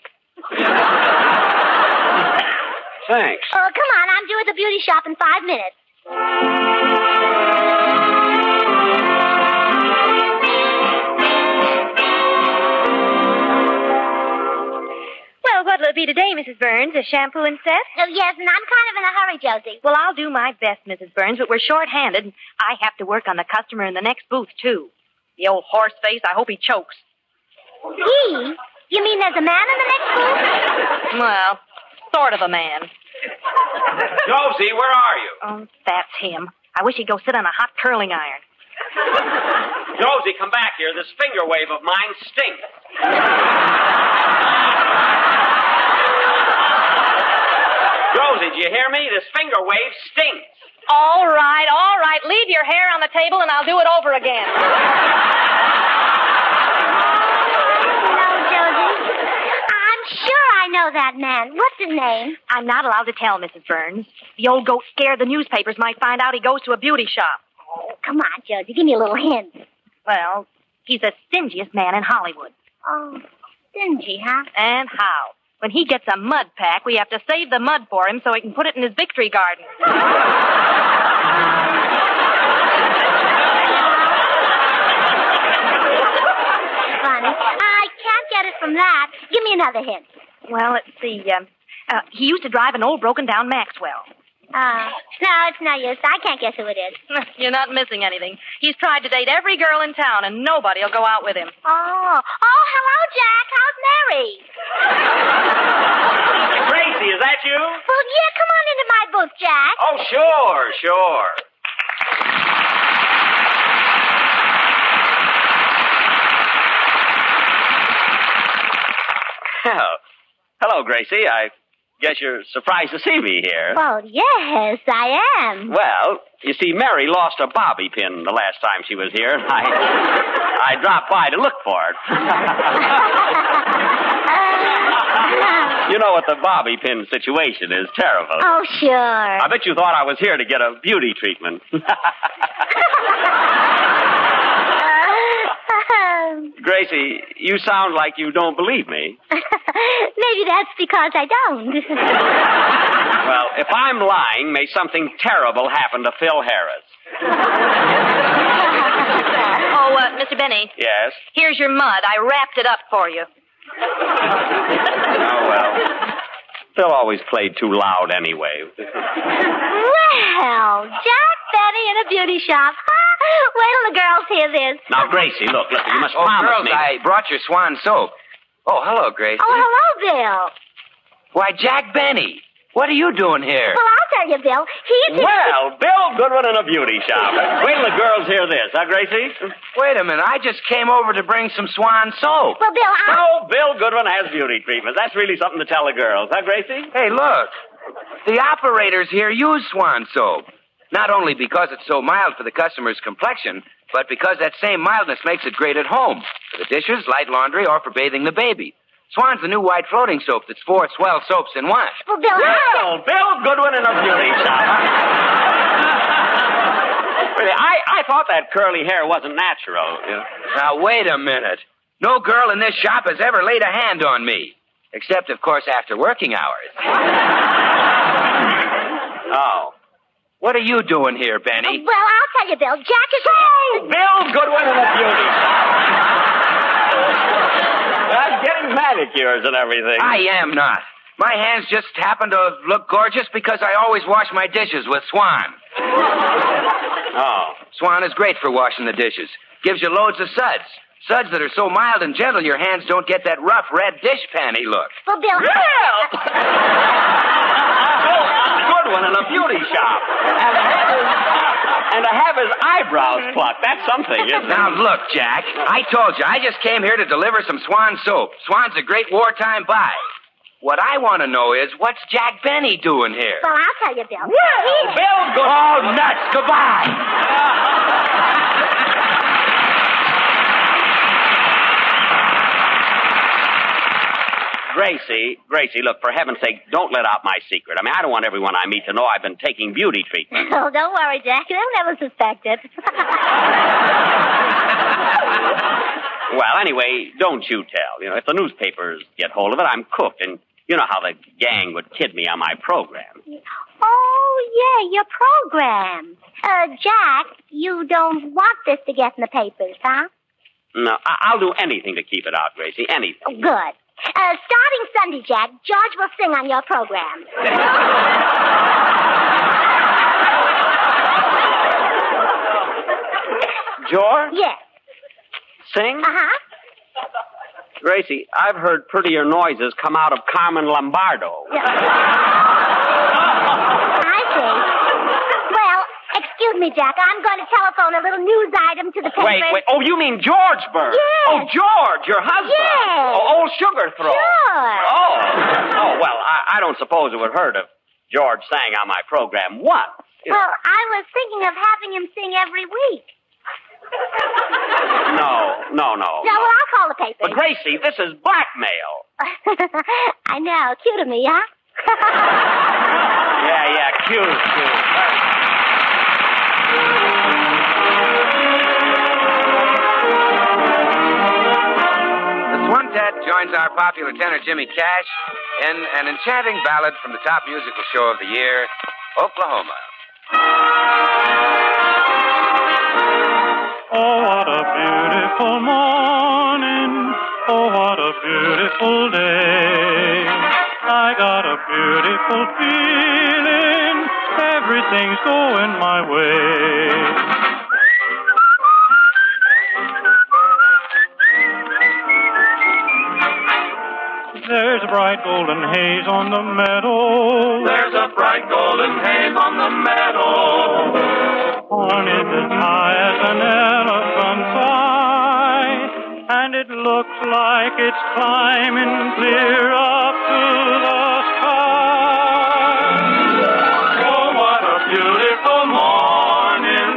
S: Thanks.
Q: Oh, come on, I'm due at the beauty shop in five minutes.
T: Well, what'll it be today, Mrs. Burns? A shampoo and set?
Q: Oh, yes, and I'm kind of in a hurry, Josie.
T: Well, I'll do my best, Mrs. Burns, but we're short-handed. and I have to work on the customer in the next booth, too. The old horse face, I hope he chokes.
Q: He? You mean there's a man in the next booth?
T: Well, sort of a man.
R: Josie, where are you?
T: Oh, that's him. I wish he'd go sit on a hot curling iron.
R: Josie, come back here. This finger wave of mine stinks. Josie, do you hear me? This finger wave stinks.
T: All right, all right. Leave your hair on the table and I'll do it over again.
Q: No, Josie. I'm sure I know that man. What's his name?
T: I'm not allowed to tell, Mrs. Burns. The old goat scared the newspapers might find out he goes to a beauty shop.
Q: Oh, come on, Josie. Give me a little hint.
T: Well, he's the stingiest man in Hollywood.
Q: Oh, stingy, huh?
T: And how? When he gets a mud pack, we have to save the mud for him so he can put it in his victory garden.
Q: Funny. I can't get it from that. Give me another hint.
T: Well, let's see. Um, uh, he used to drive an old broken down Maxwell.
Q: Uh, no, it's no use. I can't guess who it is.
T: You're not missing anything. He's tried to date every girl in town, and nobody will go out with him.
Q: Oh, oh, hello, Jack. How's Mary?
U: Oh, sure, sure. Well, hello, Gracie. I guess you're surprised to see me here.
Q: Well, yes, I am.
U: Well, you see, Mary lost her bobby pin the last time she was here. and I, I dropped by to look for it. you know what the bobby pin situation is terrible.
Q: Oh, sure.
U: I bet you thought I was here to get a beauty treatment.
Q: Um,
U: Gracie, you sound like you don't believe me.
Q: Maybe that's because I don't.
U: Well, if I'm lying, may something terrible happen to Phil Harris.
T: Oh, uh, Mr. Benny,
U: Yes?
T: here's your mud. I wrapped it up for you.
U: Oh, well. Phil always played too loud anyway.
Q: Well, Jack Benny in a beauty shop. Wait till the girls hear this.
U: Now, Gracie, look, listen, you must
R: Oh,
U: promise
R: girls,
U: me.
R: I brought your swan soap. Oh, hello, Gracie.
Q: Oh, hello, Bill.
R: Why, Jack Benny, what are you doing here?
Q: Well, I'll tell you, Bill. He did.
U: Well, Bill Goodwin in a beauty shop. Wait till the girls hear this, huh, Gracie?
R: Wait a minute, I just came over to bring some swan soap.
Q: Well, Bill, I.
U: Oh, Bill Goodwin has beauty treatments. That's really something to tell the girls, huh, Gracie?
R: Hey, look. The operators here use swan soap. Not only because it's so mild for the customer's complexion, but because that same mildness makes it great at home for the dishes, light laundry, or for bathing the baby. Swan's the new white floating soap that's four swell soaps in one.
Q: Well, Bill, I.
U: Well, Bill Goodwin in a beauty shop. Really, I, I thought that curly hair wasn't natural. you know.
R: Now, wait a minute. No girl in this shop has ever laid a hand on me. Except, of course, after working hours. oh. What are you doing here, Benny?
Q: Well, I'll tell you, Bill. Jack is.
U: Bill Goodwin in a beauty shop. I'm getting manicures and everything.
R: I am not. My hands just happen to look gorgeous because I always wash my dishes with Swan.
U: Oh.
R: Swan is great for washing the dishes. Gives you loads of suds. Suds that are so mild and gentle your hands don't get that rough red dish panty look.
Q: Well, Bill.
U: Bill! Goodwin in a beauty shop. And to have his, and to have his eyebrows plucked, that's something, isn't it?
R: Now look, Jack. I told you I just came here to deliver some Swan soap. Swan's a great wartime buy. What I want to know is what's Jack Benny doing here?
Q: Well, I'll tell you, Bill.
U: Well, Bill Goodwin.
R: Oh, nuts! Goodbye.
U: Gracie, Gracie, look, for heaven's sake, don't let out my secret. I mean, I don't want everyone I meet to know I've been taking beauty treatment.
Q: Oh, don't worry, Jack. They'll never suspect it.
U: Well, anyway, don't you tell. You know, if the newspapers get hold of it, I'm cooked. And you know how the gang would kid me on my program.
Q: oh, yeah, your program. Uh, Jack, you don't want this to get in the papers, huh?
U: No, I- I'll do anything to keep it out, Gracie. Anything.
Q: Good. Uh, starting Sunday, Jack, George will sing on your program.
U: George,
Q: Yes.
U: sing?
Q: Uh-huh.
U: Gracie, I've heard prettier noises come out of Carmen Lombardo.
Q: I see. Well, excuse me, Jack. I'm going to telephone a little news item to the paper.
U: Wait, wait. Oh, you mean George Burns?
Q: Yes.
U: Oh, George, your husband.
Q: Yes.
U: Oh, old sugar throat.
Q: Sure.
U: Oh. Oh, well, I, I don't suppose it would hurt if George sang on my program once.
Q: Well, I was thinking of having him sing every week.
U: No, no, no.
Q: No, well, I'll call the paper.
U: But Gracie, this is blackmail.
Q: I know. Cute of me, huh?
U: Yeah, yeah, cute, cute.
R: The Swantet joins our popular tenor Jimmy Cash in an enchanting ballad from the top musical show of the year, Oklahoma.
V: Oh, what a beautiful morning. Oh, what a beautiful day. I got a beautiful feeling. Everything's going my way. There's a bright golden haze on the meadow.
A: There's a bright golden haze on the meadow.
V: Corn is as high as an elephant's eye, and it looks like it's climbing clear up to the sky.
A: Oh, what a beautiful morning!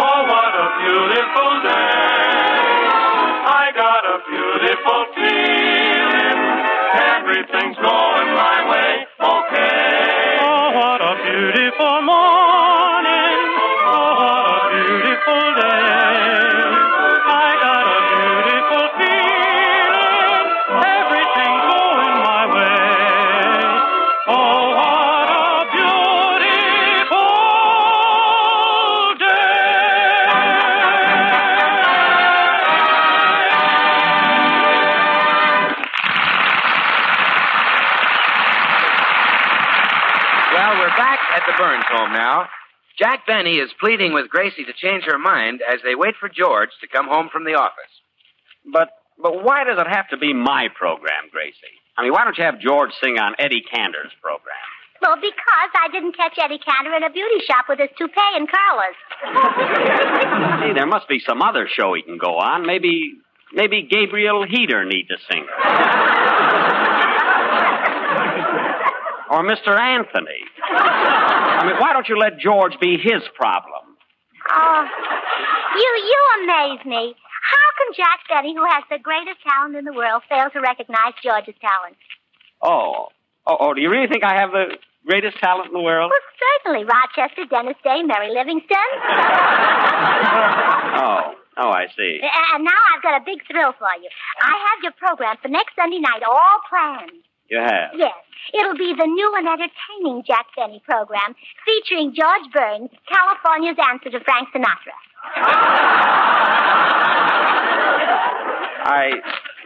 A: Oh, what a beautiful day! I got a beautiful feeling. Everything's going my way. Okay.
V: Oh, what a beautiful morning. Oh, what a beautiful day. I got a beautiful feeling. Everything's going my way. Oh, what a beautiful day.
R: Well, we're back at the Burns home now. Jack Benny is pleading with Gracie to change her mind as they wait for George to come home from the office.
U: But but why does it have to be my program, Gracie? I mean, why don't you have George sing on Eddie Cantor's program?
Q: Well, because I didn't catch Eddie Cantor in a beauty shop with his toupee and collars.
U: Hey, there must be some other show he can go on. Maybe maybe Gabriel Heater need to sing. Or Mr. Anthony. I mean, why don't you let George be his problem?
Q: Oh, you you amaze me. How can Jack Benny, who has the greatest talent in the world, fail to recognize George's talent?
U: Oh. Oh, oh do you really think I have the greatest talent in the world?
Q: Well, certainly, Rochester, Dennis Day, Mary Livingston.
U: Oh. Oh, I see.
Q: and now I've got a big thrill for you. I have your program for next Sunday night all planned.
U: You have.
Q: Yes. It'll be the new and entertaining Jack Benny program featuring George Burns, California's answer to Frank Sinatra.
U: I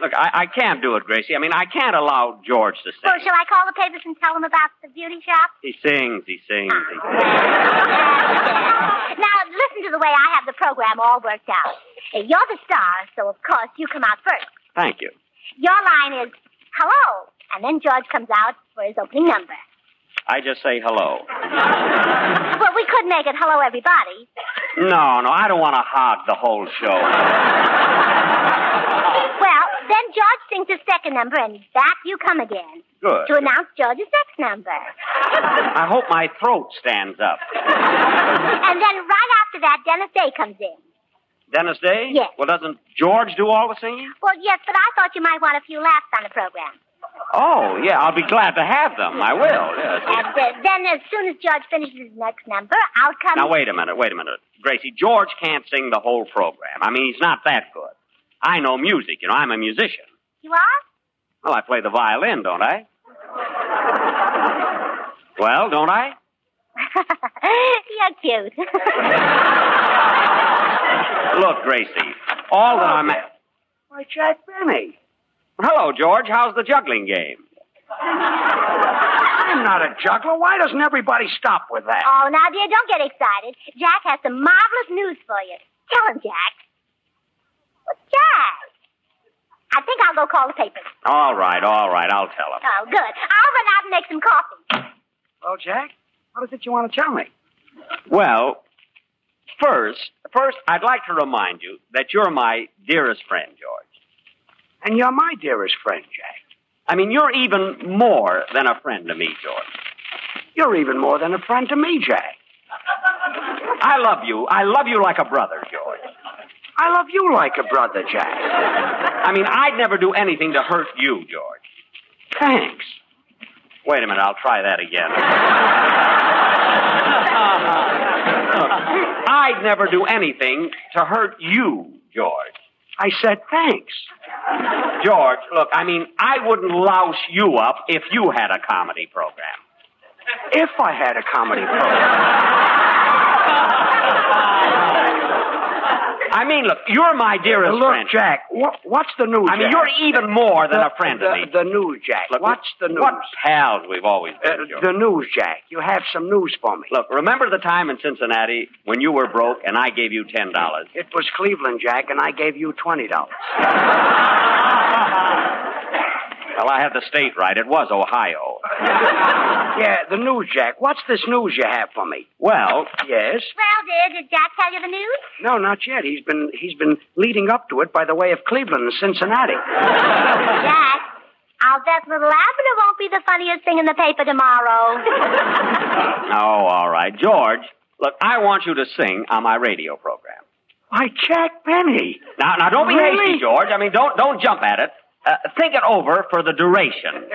U: look, I, I can't do it, Gracie. I mean, I can't allow George to sing.
Q: Well, shall I call the papers and tell them about the beauty shop?
U: He sings, he sings. He...
Q: Now, listen to the way I have the program all worked out. Uh, You're the star, so of course you come out first.
U: Thank you.
Q: Your line is, hello. And then George comes out for his opening number.
U: I just say hello.
Q: well, we could make it hello, everybody.
U: No, no, I don't want to hog the whole show.
Q: Well, then George sings his second number, and back you come again.
U: Good.
Q: To announce George's next number.
U: I hope my throat stands up.
Q: and then right after that, Dennis Day comes in.
U: Dennis Day?
Q: Yes.
U: Well, doesn't George do all the singing?
Q: Well, yes, but I thought you might want a few laughs on the program.
U: Oh, yeah, I'll be glad to have them. I will, yes.
Q: And uh, then, as soon as George finishes his next number, out comes.
U: Now, wait a minute, wait a minute. Gracie, George can't sing the whole program. I mean, he's not that good. I know music, you know, I'm a musician.
Q: You are?
U: Well, I play the violin, don't I? Well, don't I?
Q: You're cute.
U: Look, Gracie, all that I'm. a-
W: Why, Jack Benny.
U: Hello, George. How's the juggling game?
W: I'm not a juggler. Why doesn't everybody stop with that?
Q: oh, now, dear, don't get excited. Jack has some marvelous news for you. Tell him, Jack. Well, Jack. I think I'll go call the papers.
U: All right, all right, I'll tell him.
Q: Oh, good. I'll run out and make some coffee.
W: Well, Jack, what is it you want to tell me?
U: Well, first, first, I'd like to remind you that you're my dearest friend, George.
W: And you're my dearest friend, Jack.
U: I mean, you're even more than a friend to me, George.
W: You're even more than a friend to me, Jack.
U: I love you. I love you like a brother, George.
W: I love you like a brother, Jack.
U: I mean, I'd never do anything to hurt you, George.
W: Thanks.
U: Wait a minute, I'll try that again. I'd never do anything to hurt you, George.
W: I said thanks.
U: George, look, I mean, I wouldn't louse you up if you had a comedy program.
W: If I had a comedy program.
U: I mean, look, you're my dearest
W: Look,
U: friend.
W: Jack, what, what's the news?
U: I mean,
W: Jack?
U: you're even more than
W: The-
U: a friend
W: the,
U: to me.
W: The news, Jack.
U: Look,
W: what's the news?
U: What pals we've always
W: Uh,
U: been, George.
W: the news, Jack. You have some news for me.
U: Look, remember the time in Cincinnati when you were broke and I gave you ten dollars?
W: It was Cleveland, Jack, and I gave you twenty dollars.
U: Well, I have the state right. It was Ohio.
W: Yeah, the news, Jack. What's this news you have for me?
U: Well,
W: Yes.
Q: Well, dear, did Jack tell you the news?
W: No, not yet. He's been he's been leading up to it by the way of Cleveland and Cincinnati.
Q: Jack, I'll bet little Abner won't be the funniest thing in the paper tomorrow.
U: oh, all right. George, look, I want you to sing on my radio program.
W: Why, Jack Benny.
U: Now, now, don't be
W: Really?
U: hasty, George. I mean, don't don't jump at it. Uh, think it over for the duration.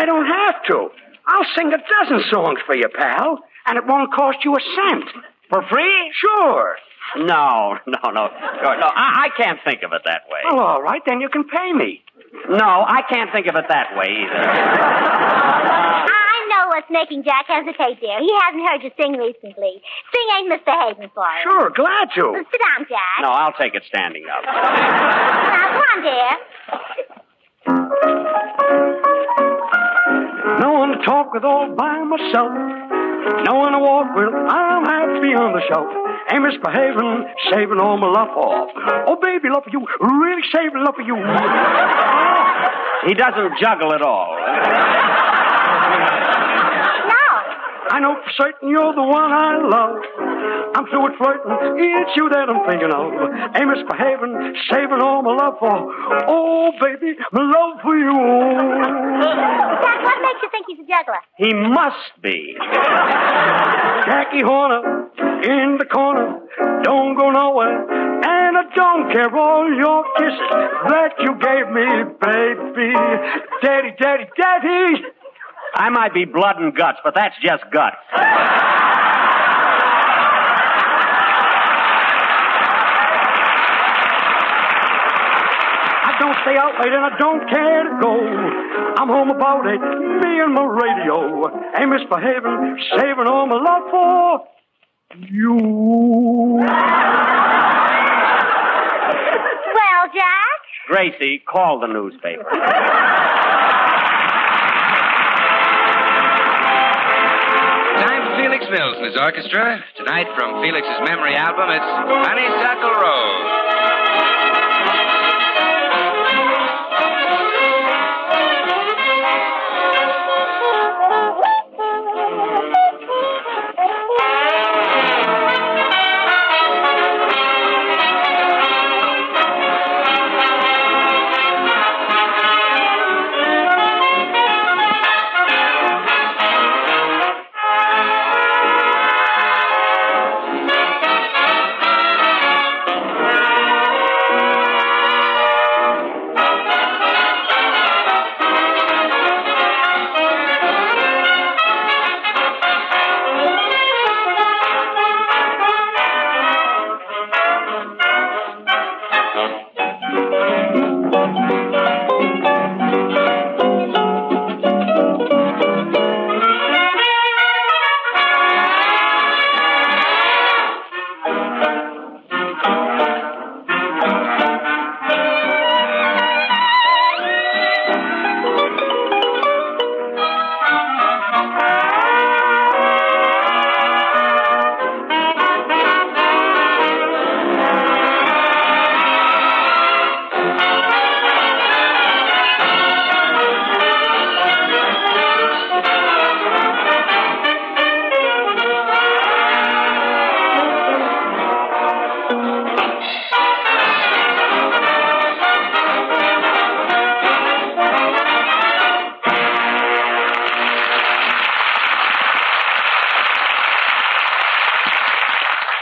W: I don't have to. I'll sing a dozen songs for you, pal, and it won't cost you a cent.
U: For free?
W: Sure.
U: No, no, no, George, no. I, I can't think of it that way.
W: Well, all right, then you can pay me.
U: No, I can't think of it that way either.
Q: I know what's making Jack hesitate, dear. He hasn't heard you sing recently. Sing ain't Mr. Hayden for him.
W: Sure, glad to.
Q: Well, sit down, Jack.
U: No, I'll take it standing up.
Q: Now, come on, dear.
W: No one to talk with all by myself. No one to walk with. I'm happy on the shelf. Ain't misbehaving, saving all my love off. Oh, baby, love for you. Really saving love for you.
U: He doesn't juggle at all.
W: I know for certain you're the one I love. I'm through with flirting. It's you that I'm thinking of. Ain't misbehaving, saving all my love for. Oh, baby, my love for you.
Q: Jack, what makes you think he's a juggler?
W: He must be. Jackie Horner in the corner, don't go nowhere. And I don't care all your kisses that you gave me, baby. Daddy, daddy, daddy.
U: I might be blood and guts, but that's just guts.
W: I don't stay out late and I don't care to go. I'm home about it, me and my radio. Ain't misbehaving, saving all my love for you.
Q: Well, Jack,
U: Gracie, call the newspaper.
R: Time for Felix Mills and his orchestra. Tonight, from Felix's memory album, it's Honeysuckle Rose.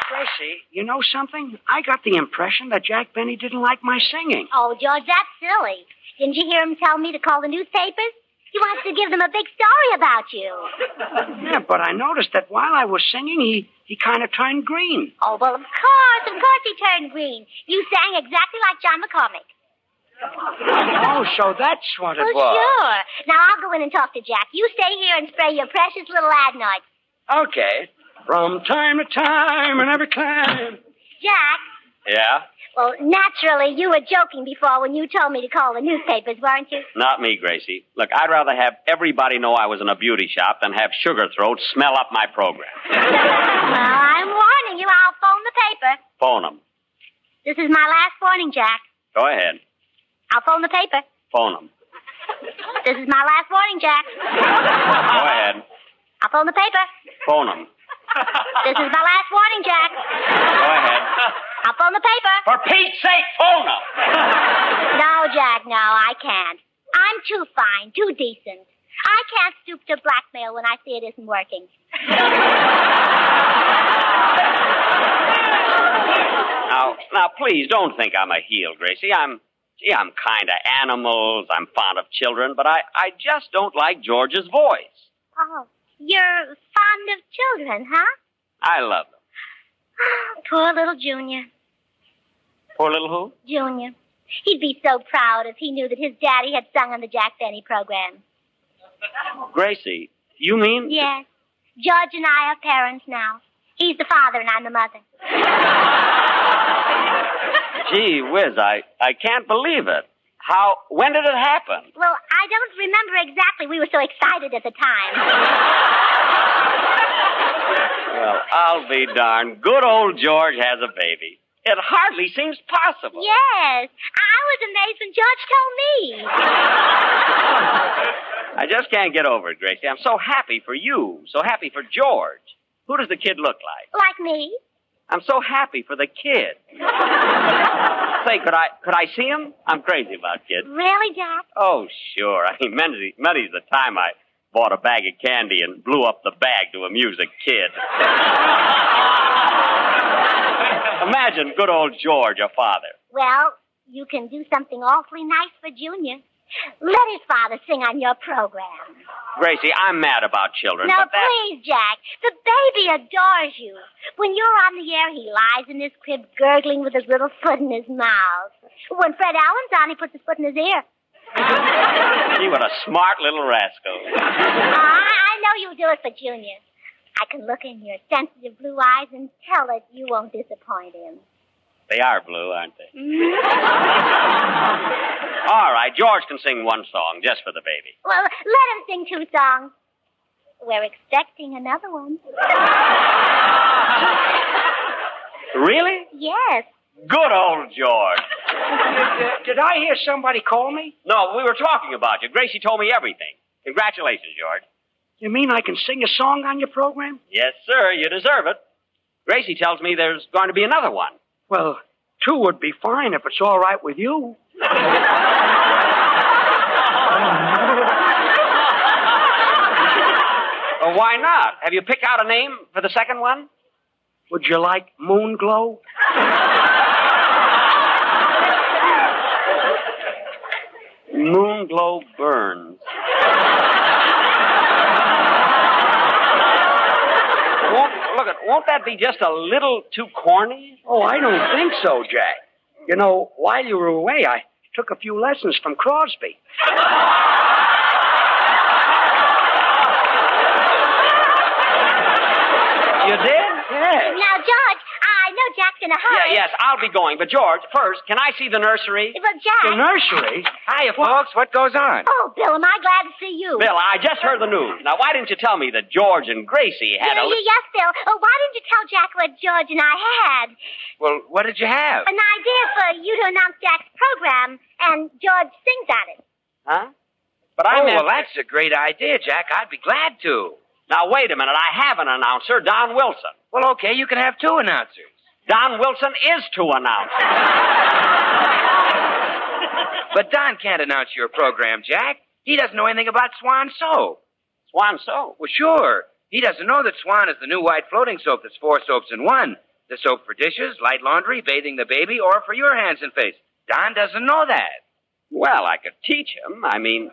W: Gracie, you know something? I got the impression that Jack Benny didn't like my singing.
Q: Oh, George, that's silly. Didn't you hear him tell me to call the newspapers? He wants to give them a big story about you.
W: Yeah, but I noticed that while I was singing, he, he kind of turned green.
Q: Oh, well, of course, of course he turned green. You sang exactly like John McCormick.
W: Oh, so that's what it
Q: oh,
W: was.
Q: sure. Now I'll go in and talk to Jack. You stay here and spray your precious little adenoids.
W: Okay. From time to time and every time.
Q: Jack,
U: Yeah?
Q: well, naturally, you were joking before when you told me to call the newspapers, weren't you?
U: Not me, Gracie. Look, I'd rather have everybody know I was in a beauty shop than have Sugar Throat smell up my program.
Q: well, I'm warning you, I'll phone the paper.
U: Phone 'em.
Q: This is my last warning, Jack.
U: Go ahead.
Q: I'll phone the paper.
U: Phone them.
Q: This is my last warning, Jack.
U: Go ahead.
Q: I'll phone the paper.
U: Phone them.
Q: This is my last warning, Jack.
U: Go ahead.
Q: I'll phone the paper.
U: For Pete's sake, phone them.
Q: No, Jack, no, I can't. I'm too fine, too decent. I can't stoop to blackmail when I see it isn't working.
U: Now, now, please don't think I'm a heel, Gracie. I'm, gee, I'm kind of animals. I'm fond of children, but I, I just don't like George's voice.
Q: Oh, you're fond of children, huh?
U: I love them.
Q: Poor little Junior.
U: Poor little who?
Q: Junior. He'd be so proud if he knew that his daddy had sung on the Jack Benny program.
U: Gracie. You mean?
Q: Yes. George and I are parents now. He's the father and I'm the mother.
U: Gee whiz, I, I can't believe it. How? When did it happen?
Q: Well, I don't remember exactly. We were so excited at the time.
U: Well, I'll be darned. Good old George has a baby. It hardly seems possible.
Q: Yes. I was amazed when George told me.
U: I just can't get over it, Gracie. I'm so happy for you. So happy for George. Who does the kid look like?
Q: like me?
U: I'm so happy for the kid. Say, could I could I see him? I'm crazy about kids.
Q: Really, Jack?
U: Oh, sure. I mean, many's, many's the time I bought a bag of candy and blew up the bag to amuse a kid. Imagine good old George, a father.
Q: Well, you can do something awfully nice for Junior. Let his father sing on your program.
U: Gracie, I'm mad about children,
Q: Now,
U: but that.
Q: please, Jack. The baby adores you. When you're on the air, he lies in his crib gurgling with his little foot in his mouth. When Fred Allen's on, he puts his foot in his ear.
U: Gee, what a smart little rascal.
Q: I, Ah, I know you'll do it for Junior. I can look in your sensitive blue eyes and tell that you won't disappoint him.
U: They are blue, aren't they? All right, George can sing one song just for the baby.
Q: Well, let him sing two songs. We're expecting another one.
U: Really?
Q: Yes.
U: Good old George.
G: Did I hear somebody call me?
U: No, we were talking about you. Gracie told me everything. Congratulations, George.
G: You mean I can sing a song on your program?
U: Yes, sir, you deserve it. Gracie tells me there's going to be another one.
G: Well, two would be fine if it's all right with you.
U: Well, why not? Have you picked out a name for the second one?
G: Would you like moon glow?
U: Moonglow Burns. won't, look, it- won't that be just a little too corny?
G: Oh, I don't think so, Jack. You know, while you were away, I took a few lessons from Crosby.
U: You did?
G: Yes.
Q: Now, George, I know Jack's in a hurry.
U: Yeah, yes, I'll be going. But, George, first, can I see the nursery?
Q: Well, Jack.
U: Hiya, folks. What goes on?
Q: Oh, Bill, am I glad to see you.
U: Bill, I just heard the news. Now, why didn't you tell me that George and Gracie had
Q: yeah,
U: a...
Q: yeah, yes, Bill. Oh, why didn't you tell Jack what George and I had?
U: Well, what did you have?
Q: An idea for you to announce Jack's program, and George sings on it.
U: Huh? But
K: Oh,
U: I meant-
K: well, that's a great idea, Jack. I'd be glad to.
U: Now, wait a minute. I have an announcer, Don Wilson. Well, okay, you can have two announcers. Don Wilson is two announcers.
K: But Don can't announce your program, Jack. He doesn't know anything about Swan soap.
U: Swan soap?
K: Well, sure. He doesn't know that Swan is the new white floating soap that's four soaps in one. The soap for dishes, light laundry, bathing the baby, or for your hands and face. Don doesn't know that.
U: well, I could teach him. I mean,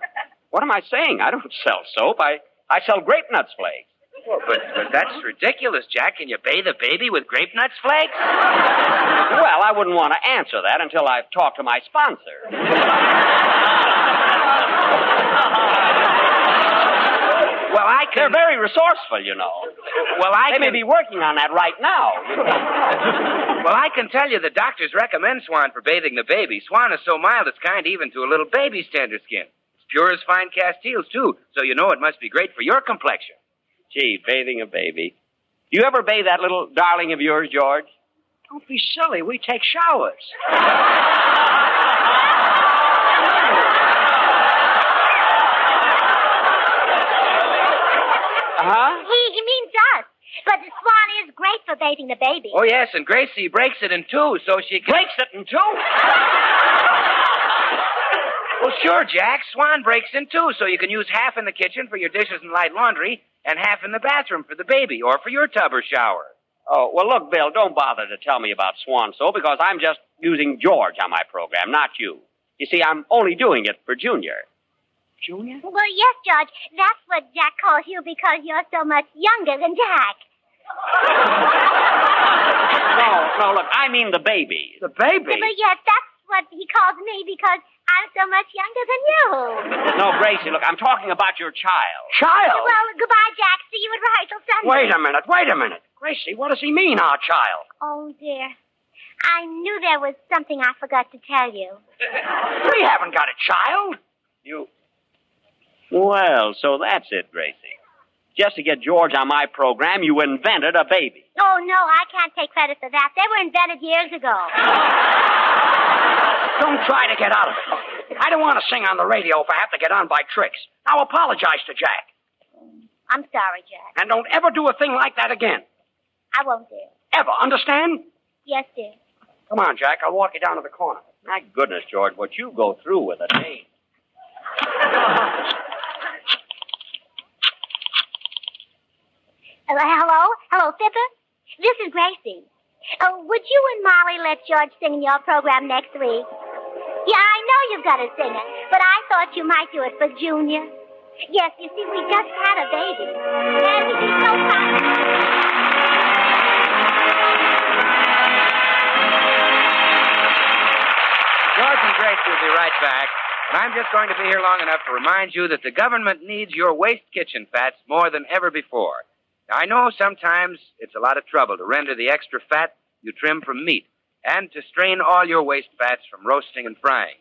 U: what am I saying? I don't sell soap. I, I sell grape nuts flakes.
K: Well, but, but that's ridiculous, Jack. Can you bathe a baby with grape nuts flakes?
U: Well, I wouldn't want to answer that until I've talked to my sponsor. Well, I can... They're very resourceful, you know.
K: Well, I
U: they
K: can-
U: may be working on that right now.
K: Well, I can tell you the doctors recommend Swan for bathing the baby. Swan is so mild it's kind even to a little baby's tender skin. It's pure as fine castiles, too, so you know it must be great for your complexion.
U: Gee, bathing a baby. You ever bathe that little darling of yours, George?
G: Don't be silly. We take showers.
S: Huh?
Q: He, he means us. But the swan is great for bathing the baby.
S: Oh, yes, and Gracie breaks it in two so she can. Breaks it in two? well, sure, Jack. Swan breaks in two so you can use half in the kitchen for your dishes and light laundry and half in the bathroom for the baby or for your tub or shower.
U: Oh, well, look, Bill, don't bother to tell me about Swan So because I'm just using George on my program, not you. You see, I'm only doing it for Junior.
Q: Junior? Well, yes, George. That's what Jack calls you because you're so much younger than Jack.
U: No, no, look, I mean the baby.
G: The baby?
Q: But yes, that's what he calls me because I'm so much younger than you.
U: No, Gracie, look, I'm talking about your child.
Q: Well, goodbye, Jack. See you at rehearsal Sunday.
S: Wait a minute, wait a minute. Gracie, what does he mean, our child?
Q: Oh, dear. I knew there was something I forgot to tell you.
S: We haven't got a child.
U: You. Well, so that's it, Gracie. Just to get George on my program, you invented a baby.
Q: Oh, no, I can't take credit for that. They were invented years ago.
S: Don't try to get out of it. I don't want to sing on the radio if I have to get on by tricks. Now apologize to Jack.
Q: I'm sorry, Jack.
S: And don't ever do a thing like that again.
Q: I won't, dear.
S: Ever, understand?
Q: Yes, dear.
S: Come on, Jack. I'll walk you down to the corner.
U: My goodness, George, what you go through with a name.
Q: Uh, hello? Hello, Pippa? This is Gracie. Uh, would you and Molly let George sing in your program next week? Yeah, I know you've got to sing it, but I thought you might do it for Junior. Yes, you see, we just had a baby. And it'd be so fun.
R: George and Grace will be right back. And I'm just going to be here long enough to remind you that the government needs your waste kitchen fats more than ever before. Now, I know sometimes it's a lot of trouble to render the extra fat you trim from meat and to strain all your waste fats from roasting and frying.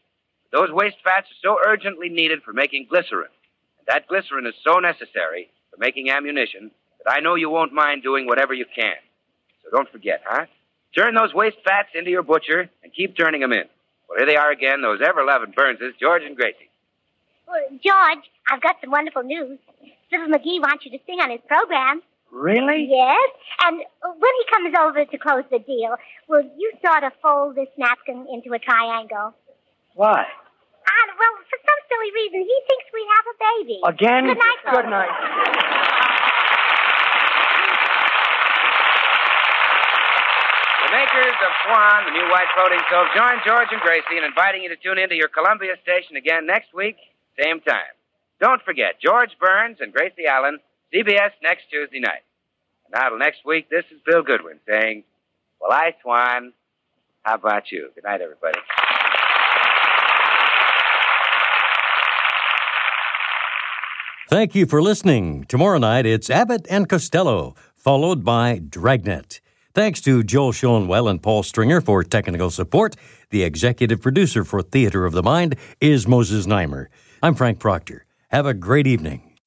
R: Those waste fats are so urgently needed for making glycerin. And that glycerin is so necessary for making ammunition that I know you won't mind doing whatever you can. So don't forget, huh? Turn those waste fats into your butcher and keep turning them in. Well, here they are again, those ever-loving Burnses, George and Gracie.
Q: Well, George, I've got some wonderful news. Sybil McGee wants you to sing on his program.
S: Really?
Q: Yes. And uh, when he comes over to close the deal, will you sort of fold this napkin into a triangle?
S: Why?
Q: And, well, for some silly reason, he thinks we have a baby.
S: Again?
Q: Good night, folks.
S: Good night.
R: The makers of Swan, the new white floating soap, join George and Gracie in inviting you to tune into your Columbia station again next week, same time. Don't forget, George Burns and Gracie Allen, CBS next Tuesday night. And now till next week, this is Bill Goodwin saying, Well, I, Swan, how about you? Good night, everybody.
B: Thank you for listening. Tomorrow night, it's Abbott and Costello, followed by Dragnet. Thanks to Joel Schoenwell and Paul Stringer for technical support. The executive producer for Theater of the Mind is Moses Neimer. I'm Frank Proctor. Have a great evening.